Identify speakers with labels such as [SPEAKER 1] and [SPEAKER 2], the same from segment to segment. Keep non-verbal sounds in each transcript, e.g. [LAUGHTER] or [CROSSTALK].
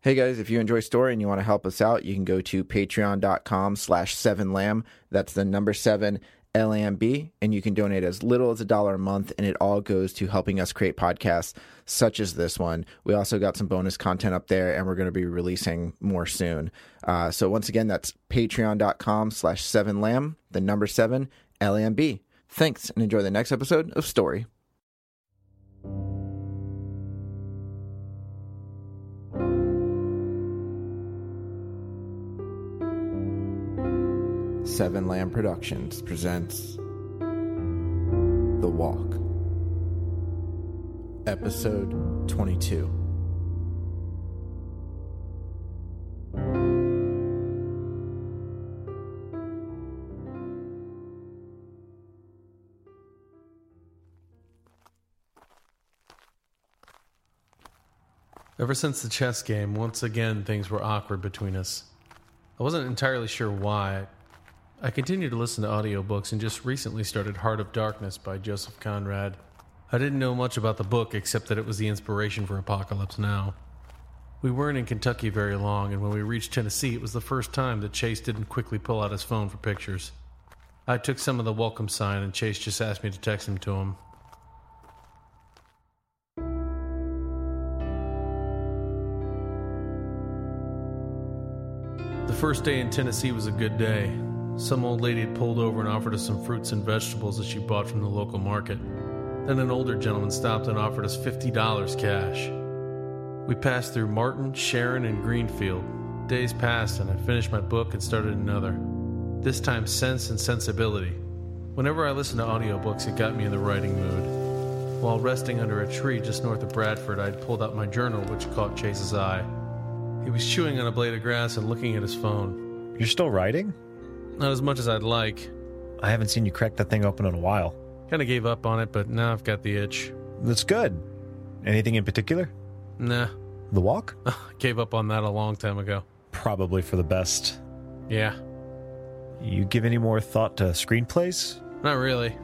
[SPEAKER 1] Hey guys, if you enjoy Story and you want to help us out, you can go to patreon.com slash 7lamb. That's the number 7 LAMB. And you can donate as little as a dollar a month, and it all goes to helping us create podcasts such as this one. We also got some bonus content up there, and we're going to be releasing more soon. Uh, so once again, that's patreon.com slash 7lamb, the number 7 LAMB. Thanks, and enjoy the next episode of Story. Seven Lamb Productions presents The Walk, Episode 22.
[SPEAKER 2] Ever since the chess game, once again things were awkward between us. I wasn't entirely sure why. I continued to listen to audiobooks and just recently started Heart of Darkness by Joseph Conrad. I didn't know much about the book except that it was the inspiration for Apocalypse Now. We weren't in Kentucky very long, and when we reached Tennessee, it was the first time that Chase didn't quickly pull out his phone for pictures. I took some of the welcome sign, and Chase just asked me to text him to him. The first day in Tennessee was a good day. Some old lady had pulled over and offered us some fruits and vegetables that she bought from the local market. Then an older gentleman stopped and offered us $50 cash. We passed through Martin, Sharon, and Greenfield. Days passed, and I finished my book and started another. This time, Sense and Sensibility. Whenever I listened to audiobooks, it got me in the writing mood. While resting under a tree just north of Bradford, I had pulled out my journal, which caught Chase's eye. He was chewing on a blade of grass and looking at his phone.
[SPEAKER 3] You're still writing?
[SPEAKER 2] Not as much as I'd like.
[SPEAKER 3] I haven't seen you crack that thing open in a while.
[SPEAKER 2] Kind of gave up on it, but now I've got the itch.
[SPEAKER 3] That's good. Anything in particular?
[SPEAKER 2] Nah,
[SPEAKER 3] The walk?
[SPEAKER 2] gave up on that a long time ago.
[SPEAKER 3] Probably for the best.
[SPEAKER 2] Yeah,
[SPEAKER 3] You give any more thought to screenplays?
[SPEAKER 2] not really.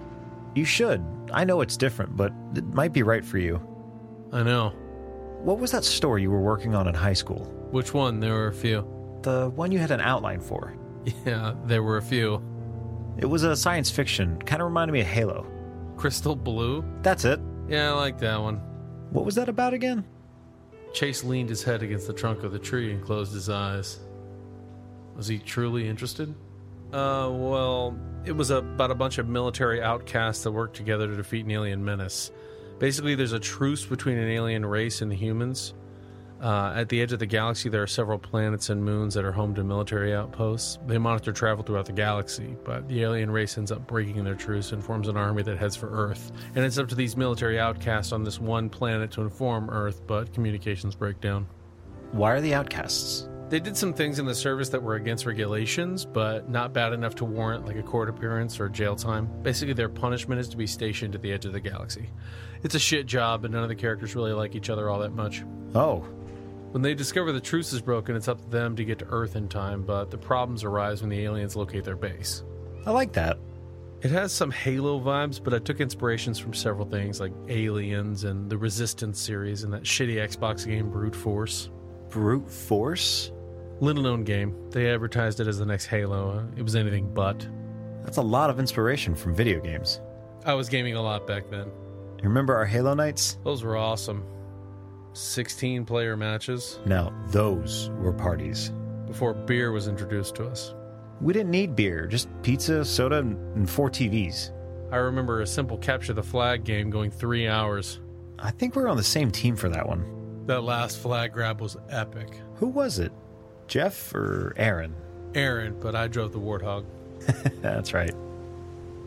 [SPEAKER 3] You should. I know it's different, but it might be right for you.
[SPEAKER 2] I know.
[SPEAKER 3] What was that story you were working on in high school?
[SPEAKER 2] Which one? There were a few. [LAUGHS]
[SPEAKER 3] The one you had an outline for.
[SPEAKER 2] Yeah, there were a few.
[SPEAKER 3] It was a science fiction, kind of reminded me of Halo.
[SPEAKER 2] Crystal Blue?
[SPEAKER 3] That's it.
[SPEAKER 2] Yeah, I like that one.
[SPEAKER 3] What was that about again?
[SPEAKER 2] Chase leaned his head against the trunk of the tree and closed his eyes. Was he truly interested? Uh, well, it was about a bunch of military outcasts that work together to defeat an alien menace. Basically, there's a truce between an alien race and the humans. Uh, at the edge of the galaxy, there are several planets and moons that are home to military outposts. They monitor travel throughout the galaxy, but the alien race ends up breaking their truce and forms an army that heads for Earth. And it's up to these military outcasts on this one planet to inform Earth, but communications break down.
[SPEAKER 3] Why are the outcasts?
[SPEAKER 2] They did some things in the service that were against regulations, but not bad enough to warrant like a court appearance or jail time. Basically, their punishment is to be stationed at the edge of the galaxy. It's a shit job, and none of the characters really like each other all that much.
[SPEAKER 3] Oh,
[SPEAKER 2] When they discover the truce is broken, it's up to them to get to Earth in time, but the problems arise when the aliens locate their base.
[SPEAKER 3] I like that.
[SPEAKER 2] It has some Halo vibes, but I took inspirations from several things like Aliens and the Resistance series and that shitty Xbox game Brute Force.
[SPEAKER 3] Brute force?
[SPEAKER 2] Little known game. They advertised it as the next Halo. Uh, It was anything but.
[SPEAKER 3] That's a lot of inspiration from video games.
[SPEAKER 2] I was gaming a lot back then.
[SPEAKER 3] You remember our Halo nights?
[SPEAKER 2] Those were awesome. 16 player matches
[SPEAKER 3] Now, those were parties.
[SPEAKER 2] before beer was introduced to us.
[SPEAKER 3] We didn't need beer, just pizza, soda, and four TVs.
[SPEAKER 2] I remember a simple capture the flag game going three hours.
[SPEAKER 3] I think we were on the same team for that one.
[SPEAKER 2] That last flag grab was epic.
[SPEAKER 3] Who was it? Jeff or Aaron?
[SPEAKER 2] Aaron, but I drove the Warthog.
[SPEAKER 3] That's right.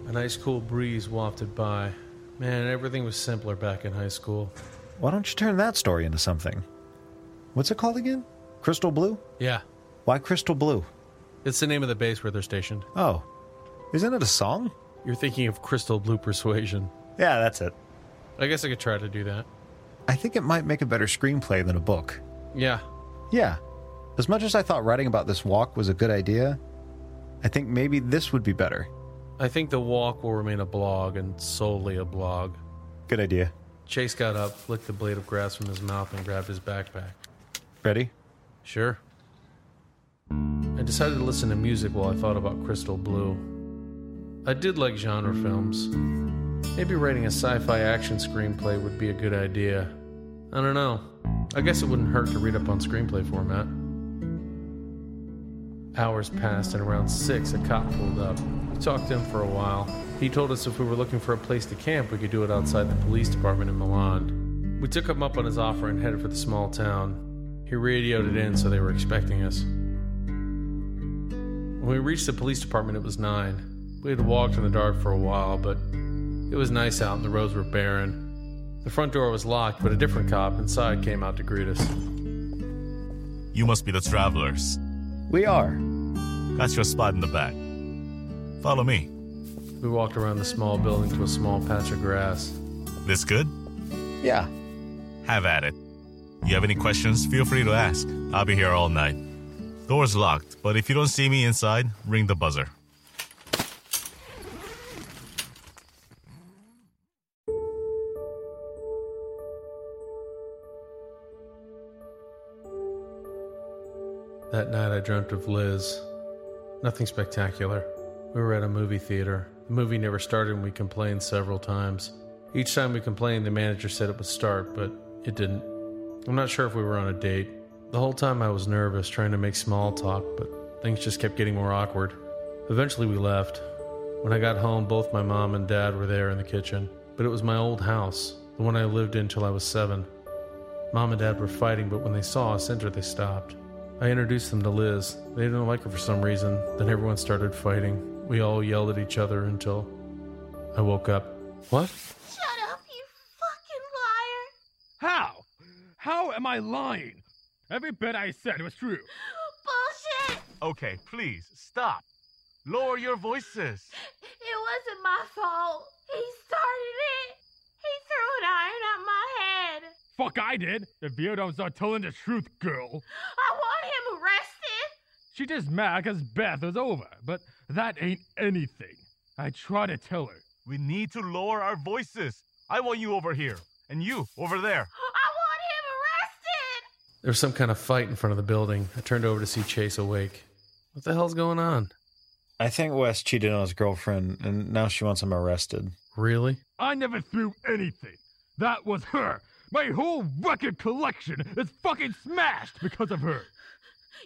[SPEAKER 2] A nice cool breeze wafted by. Man, everything was simpler back in high school.
[SPEAKER 3] Why don't you turn that story into something? What's it called again? Crystal Blue?
[SPEAKER 2] Yeah,
[SPEAKER 3] Why Crystal Blue?
[SPEAKER 2] it's the name of the base where they're stationed.
[SPEAKER 3] Oh, isn't it a song?
[SPEAKER 2] You're thinking of Crystal Blue Persuasion.
[SPEAKER 3] Yeah, that's it.
[SPEAKER 2] I guess I could try to do that.
[SPEAKER 3] I think it might make a better screenplay than a book.
[SPEAKER 2] Yeah,
[SPEAKER 3] Yeah. As much as I thought writing about this walk was a good idea, I think maybe this would be better.
[SPEAKER 2] I think the walk will remain a blog and solely a blog.
[SPEAKER 3] Good idea.
[SPEAKER 2] Chase got up, flicked the blade of grass from his mouth, and grabbed his backpack.
[SPEAKER 3] Ready?
[SPEAKER 2] Sure. I decided to listen to music while I thought about Crystal Blue. I did like genre films. Maybe writing a sci fi action screenplay would be a good idea. I don't know. I guess it wouldn't hurt to read up on screenplay format. Hours passed, and around 6, a cop pulled up. We talked to him for a while. He told us if we were looking for a place to camp, we could do it outside the police department in Milan. We took him up on his offer and headed for the small town. He radioed it in, so they were expecting us. When we reached the police department, it was 9. We had walked in the dark for a while, but it was nice out and the roads were barren. The front door was locked, but a different cop inside came out to greet us.
[SPEAKER 4] You must be the travelers.
[SPEAKER 3] We are.
[SPEAKER 4] That's your spot in the back. Follow me.
[SPEAKER 2] We walked around the small building to a small patch of grass.
[SPEAKER 4] This good?
[SPEAKER 3] Yeah.
[SPEAKER 4] Have at it. You have any questions? Feel free to ask. I'll be here all night. Door's locked, but if you don't see me inside, ring the buzzer.
[SPEAKER 2] That night I dreamt of Liz. Nothing spectacular. We were at a movie theater. The movie never started and we complained several times. Each time we complained, the manager said it would start, but it didn't. I'm not sure if we were on a date. The whole time I was nervous, trying to make small talk, but things just kept getting more awkward. Eventually we left. When I got home, both my mom and dad were there in the kitchen, but it was my old house, the one I lived in till I was seven. Mom and dad were fighting, but when they saw us enter, they stopped. I introduced them to Liz. They didn't like her for some reason. Then everyone started fighting. We all yelled at each other until I woke up. What?
[SPEAKER 5] Shut up, you fucking liar!
[SPEAKER 6] How? How am I lying? Every bit I said was true.
[SPEAKER 5] Oh, Bullshit!
[SPEAKER 4] Okay, please stop. Lower your voices.
[SPEAKER 5] It wasn't my fault. He started it. He threw an iron at my head.
[SPEAKER 6] Fuck, I did. If you don't start telling the truth, girl.
[SPEAKER 5] I want him arrested.
[SPEAKER 6] She just mad 'cause Beth is over, but that ain't anything. I try to tell her.
[SPEAKER 4] We need to lower our voices. I want you over here, and you over there.
[SPEAKER 5] I want him arrested.
[SPEAKER 2] There was some kind of fight in front of the building. I turned over to see Chase awake. What the hell's going on?
[SPEAKER 3] I think Wes cheated on his girlfriend, and now she wants him arrested.
[SPEAKER 2] Really?
[SPEAKER 6] I never threw anything. That was her. My whole record collection is fucking smashed because of her.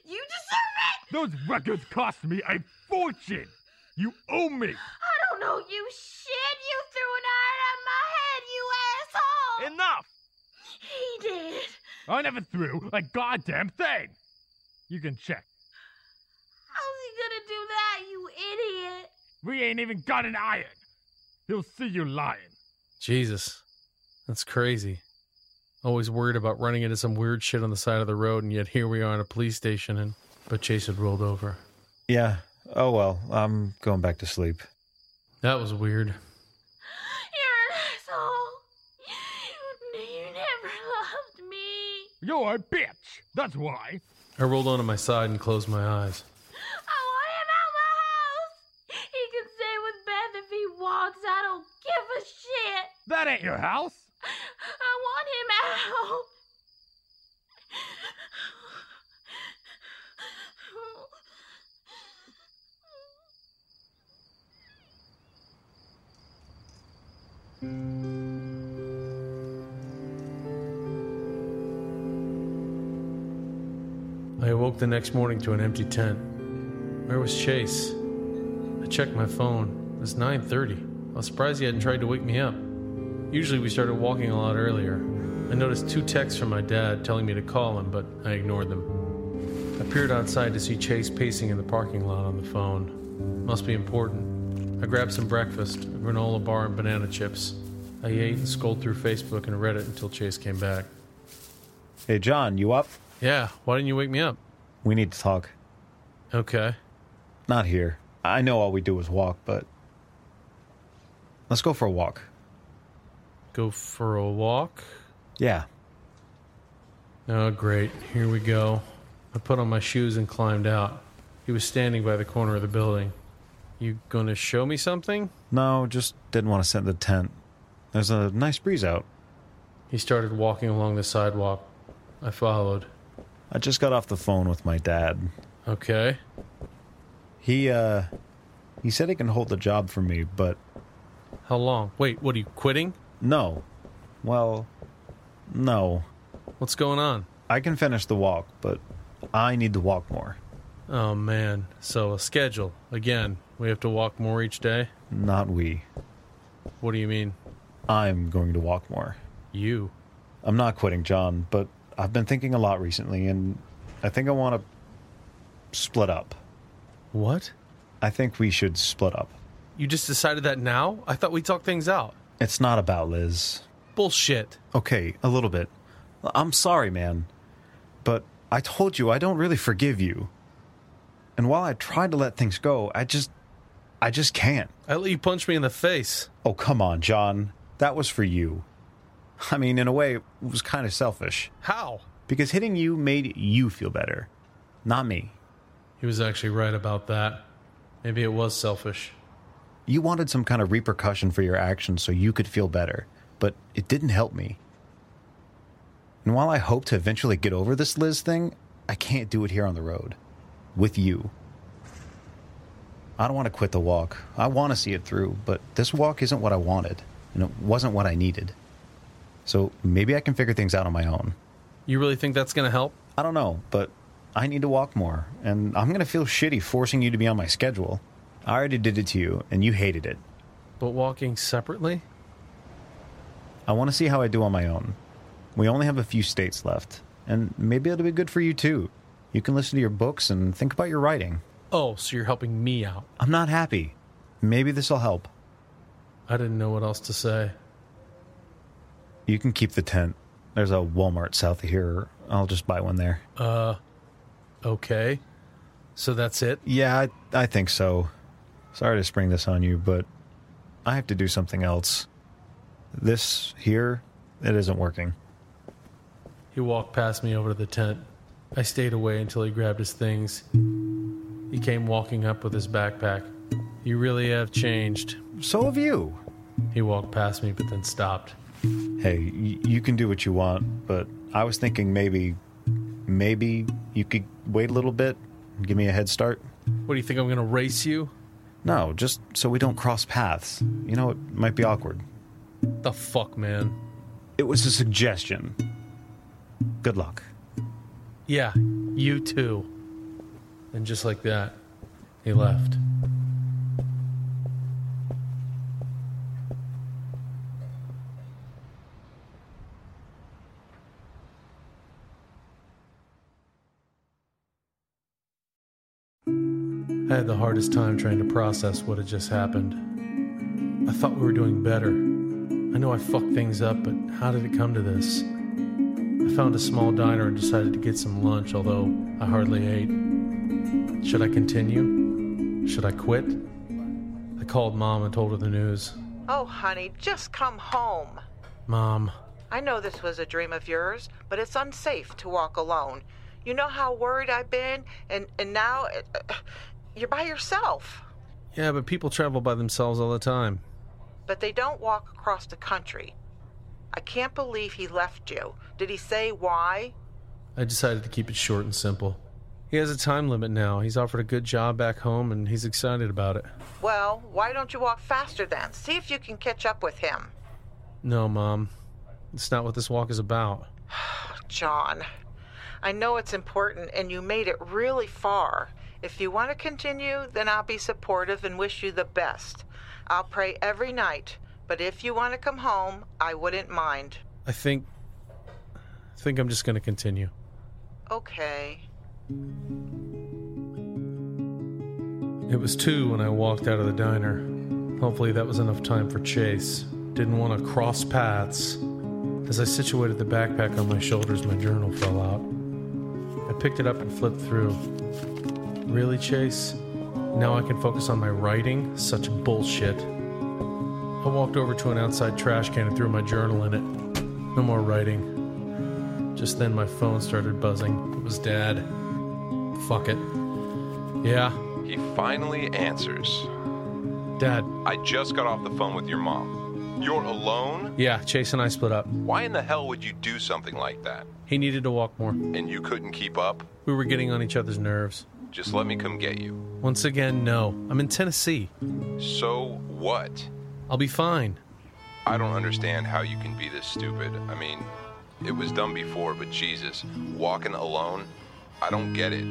[SPEAKER 5] You deserve it.
[SPEAKER 6] Those records cost me a fortune. You owe me.
[SPEAKER 5] I don't know you shit. You threw an iron at my head, you asshole.
[SPEAKER 6] Enough!
[SPEAKER 5] he did.
[SPEAKER 6] I never threw a goddamn thing. You can check.
[SPEAKER 5] How's he gonna do that, you idiot?
[SPEAKER 6] We ain't even got an iron. He'll see you lying.
[SPEAKER 2] Jesus. That's crazy. Always worried about running into some weird shit on the side of the road, and yet here we are in a police station, and. But Chase had rolled over.
[SPEAKER 3] Yeah. Oh well, I'm going back to sleep.
[SPEAKER 2] That was weird.
[SPEAKER 5] You're an asshole. You, you never loved me.
[SPEAKER 6] You're a bitch. That's why.
[SPEAKER 2] I rolled onto my side and closed my eyes.
[SPEAKER 5] I want him out my house. He can stay with Beth if he wants. I don't give a shit.
[SPEAKER 6] That ain't your house.
[SPEAKER 5] I want him out.
[SPEAKER 2] I awoke the next morning to an empty tent. Where was Chase? I checked my phone. It was 9:30. I was surprised he hadn't tried to wake me up. Usually we started walking a lot earlier. I noticed two texts from my dad telling me to call him, but I ignored them. I peered outside to see Chase pacing in the parking lot on the phone. Must be important. I grabbed some breakfast, a granola bar and banana chips. I ate and scrolled through Facebook and Reddit until Chase came back.
[SPEAKER 3] Hey, John, you up?
[SPEAKER 2] Yeah, why didn't you wake me up?
[SPEAKER 3] We need to talk.
[SPEAKER 2] Okay.
[SPEAKER 3] Not here. I know all we do is walk, but let's go for a walk.
[SPEAKER 2] Go for a walk.
[SPEAKER 3] Yeah.
[SPEAKER 2] Oh, great. Here we go. I put on my shoes and climbed out. He was standing by the corner of the building. You gonna show me something?
[SPEAKER 3] No, just didn't want to sit in the tent. There's a nice breeze out.
[SPEAKER 2] He started walking along the sidewalk. I followed.
[SPEAKER 3] I just got off the phone with my dad.
[SPEAKER 2] Okay.
[SPEAKER 3] He uh he said he can hold the job for me, but
[SPEAKER 2] How long? Wait, what are you quitting?
[SPEAKER 3] no. Well, no.
[SPEAKER 2] What's going on?
[SPEAKER 3] I can finish the walk, but I need to walk more.
[SPEAKER 2] Oh man. So a schedule. Again, we have to walk more each day?
[SPEAKER 3] Not we.
[SPEAKER 2] What do you mean?
[SPEAKER 3] I'm going to walk more.
[SPEAKER 2] You.
[SPEAKER 3] I'm not quitting, John, but I've been thinking a lot recently and I think I want to split up.
[SPEAKER 2] What?
[SPEAKER 3] I think we should split up.
[SPEAKER 2] You just decided that now? I thought we talked things out.
[SPEAKER 3] It's not about Liz.
[SPEAKER 2] Bullshit.
[SPEAKER 3] Okay, a little bit. I'm sorry, man. But I told you I don't really forgive you. And while I tried to let things go, I just I just can't.
[SPEAKER 2] I let you punch me in the face.
[SPEAKER 3] Oh, come on, John. That was for you. I mean, in a way, it was kind of selfish
[SPEAKER 2] How?
[SPEAKER 3] because hitting you made you feel better, not me.
[SPEAKER 2] He was actually right about that. Maybe it was selfish.
[SPEAKER 3] You wanted some kind of repercussion for your actions so you could feel better, but it didn't help me. And while I hope to eventually get over this Liz thing, I can't do it here on the road with you. I don't want to quit the walk. I want to see it through, but this walk isn't what I wanted, and it wasn't what I needed. So maybe I can figure things out on my own.
[SPEAKER 2] You really think that's gonna help?
[SPEAKER 3] I don't know, but I need to walk more, and I'm going to feel shitty forcing you to be on my schedule. I already did it to you, and you hated it.
[SPEAKER 2] But walking separately?
[SPEAKER 3] I want to see how I do on my own. We only have a few states left, and maybe it'll be good for you too. You can listen to your books and think about your writing.
[SPEAKER 2] Oh, so you're helping me out.
[SPEAKER 3] I'm not happy. Maybe this'll help.
[SPEAKER 2] I didn't know what else to say.
[SPEAKER 3] You can keep the tent. There's a Walmart south of here. I'll just buy one there.
[SPEAKER 2] Okay. So that's it?
[SPEAKER 3] Yeah, I, I think so. Sorry to spring this on you, but I have to do something else. This here, it isn't working.
[SPEAKER 2] He walked past me over to the tent. I stayed away until he grabbed his things. He came walking up with his backpack. You really have changed.
[SPEAKER 3] So have you.
[SPEAKER 2] He walked past me but then stopped.
[SPEAKER 3] hey, y- you can do what you want, but I was thinking maybe, maybe you could wait a little bit and give me a head start.
[SPEAKER 2] What do you think? I'm going to race you?
[SPEAKER 3] No, just so we don't cross paths. You know, it might be awkward.
[SPEAKER 2] The fuck, man.
[SPEAKER 3] It was a suggestion. Good luck.
[SPEAKER 2] Yeah, you too. And just like that, he left. I had the hardest time trying to process what had just happened. I thought we were doing better. I know I fucked things up, but how did it come to this? I found a small diner and decided to get some lunch, although I hardly ate. Should I continue? Should I quit? I called mom and told her the news.
[SPEAKER 7] Oh, honey, just come home.
[SPEAKER 2] Mom,
[SPEAKER 7] I know this was a dream of yours, but it's unsafe to walk alone. You know how worried I've been, and, and now uh, you're by yourself.
[SPEAKER 2] yeah, but people travel by themselves all the time.
[SPEAKER 7] But they don't walk across the country. I can't believe he left you. Did he say why?
[SPEAKER 2] I decided to keep it short and simple. He has a time limit now. He's offered a good job back home and he's excited about it.
[SPEAKER 7] Well, why don't you walk faster then? See if you can catch up with him.
[SPEAKER 2] No, Mom. It's not what this walk is about.
[SPEAKER 7] John, I know it's important and you made it really far. If you want to continue, then I'll be supportive and wish you the best. I'll pray every night, but if you want to come home, I wouldn't mind.
[SPEAKER 2] I think. I think I'm just going to continue.
[SPEAKER 7] Okay.
[SPEAKER 2] It was two when I walked out of the diner. Hopefully, that was enough time for Chase. Didn't want to cross paths. As I situated the backpack on my shoulders, my journal fell out. I picked it up and flipped through. Really, Chase? Now I can focus on my writing? Such bullshit. I walked over to an outside trash can and threw my journal in it. No more writing. Just then, my phone started buzzing. It was Dad. Fuck it. Yeah,
[SPEAKER 8] He finally answers.
[SPEAKER 2] Dad.
[SPEAKER 8] I just got off the phone with your mom. You're alone?
[SPEAKER 2] Yeah, Chase and I split up.
[SPEAKER 8] Why in the hell would you do something like that?
[SPEAKER 2] He needed to walk more.
[SPEAKER 8] And you couldn't keep up?
[SPEAKER 2] We were getting on each other's nerves.
[SPEAKER 8] Just let me come get you.
[SPEAKER 2] Once again, no. I'm in Tennessee.
[SPEAKER 8] So what?
[SPEAKER 2] I'll be fine.
[SPEAKER 8] I don't understand how you can be this stupid. I mean, it was done before, but Jesus, walking alone? I don't get it.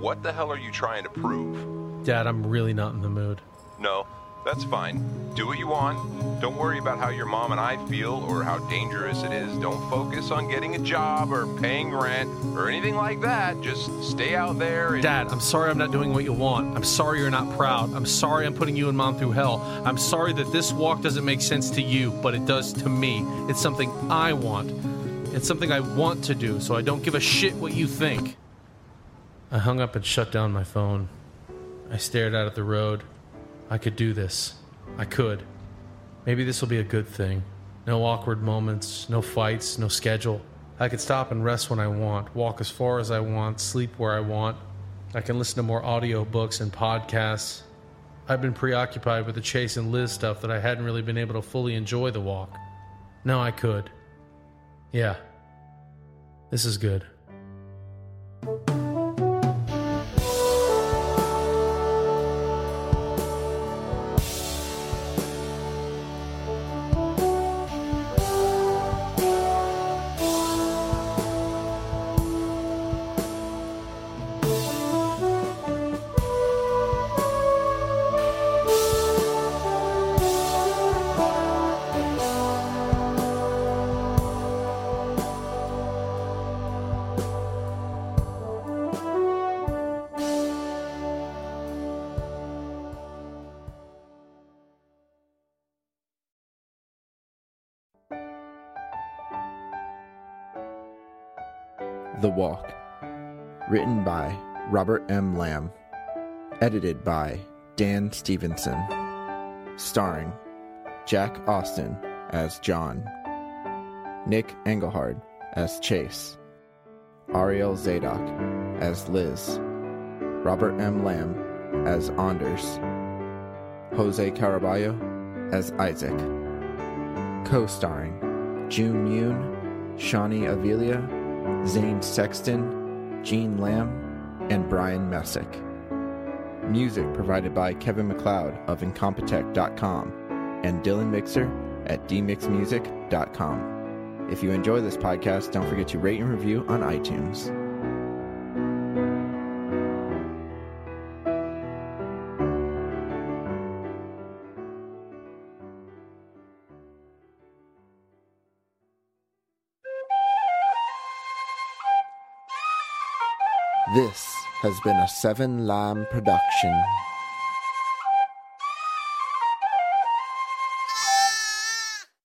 [SPEAKER 8] What the hell are you trying to prove?
[SPEAKER 2] Dad, I'm really not in the mood.
[SPEAKER 8] No, that's fine. Do what you want. Don't worry about how your mom and I feel or how dangerous it is. Don't focus on getting a job or paying rent or anything like that. Just stay out there and.
[SPEAKER 2] Dad, I'm sorry I'm not doing what you want. I'm sorry you're not proud. I'm sorry I'm putting you and mom through hell. I'm sorry that this walk doesn't make sense to you, but it does to me. It's something I want. It's something I want to do, so I don't give a shit what you think. I hung up and shut down my phone. I stared out at the road. I could do this. I could. Maybe this will be a good thing. No awkward moments, no fights, no schedule. I could stop and rest when I want, walk as far as I want, sleep where I want. I can listen to more audiobooks and podcasts. I've been preoccupied with the Chase and Liz stuff that I hadn't really been able to fully enjoy the walk. No, I could. Yeah. This is good.
[SPEAKER 1] The Walk. Written by Robert M. Lamb. Edited by Dan Stevenson. Starring Jack Austin as John, Nick Engelhard as Chase, Ariel Zadok as Liz, Robert M. Lamb as Anders, Jose Caraballo as Isaac. Co starring June Yoon, Shawnee Avelia, Zane Sexton, Gene Lamb, and Brian Messick. Music provided by Kevin McLeod of Incompetech.com and Dylan Mixer at dmixmusic.com. If you enjoy this podcast, don't forget to rate and review on iTunes. This has been a Seven Lamb production.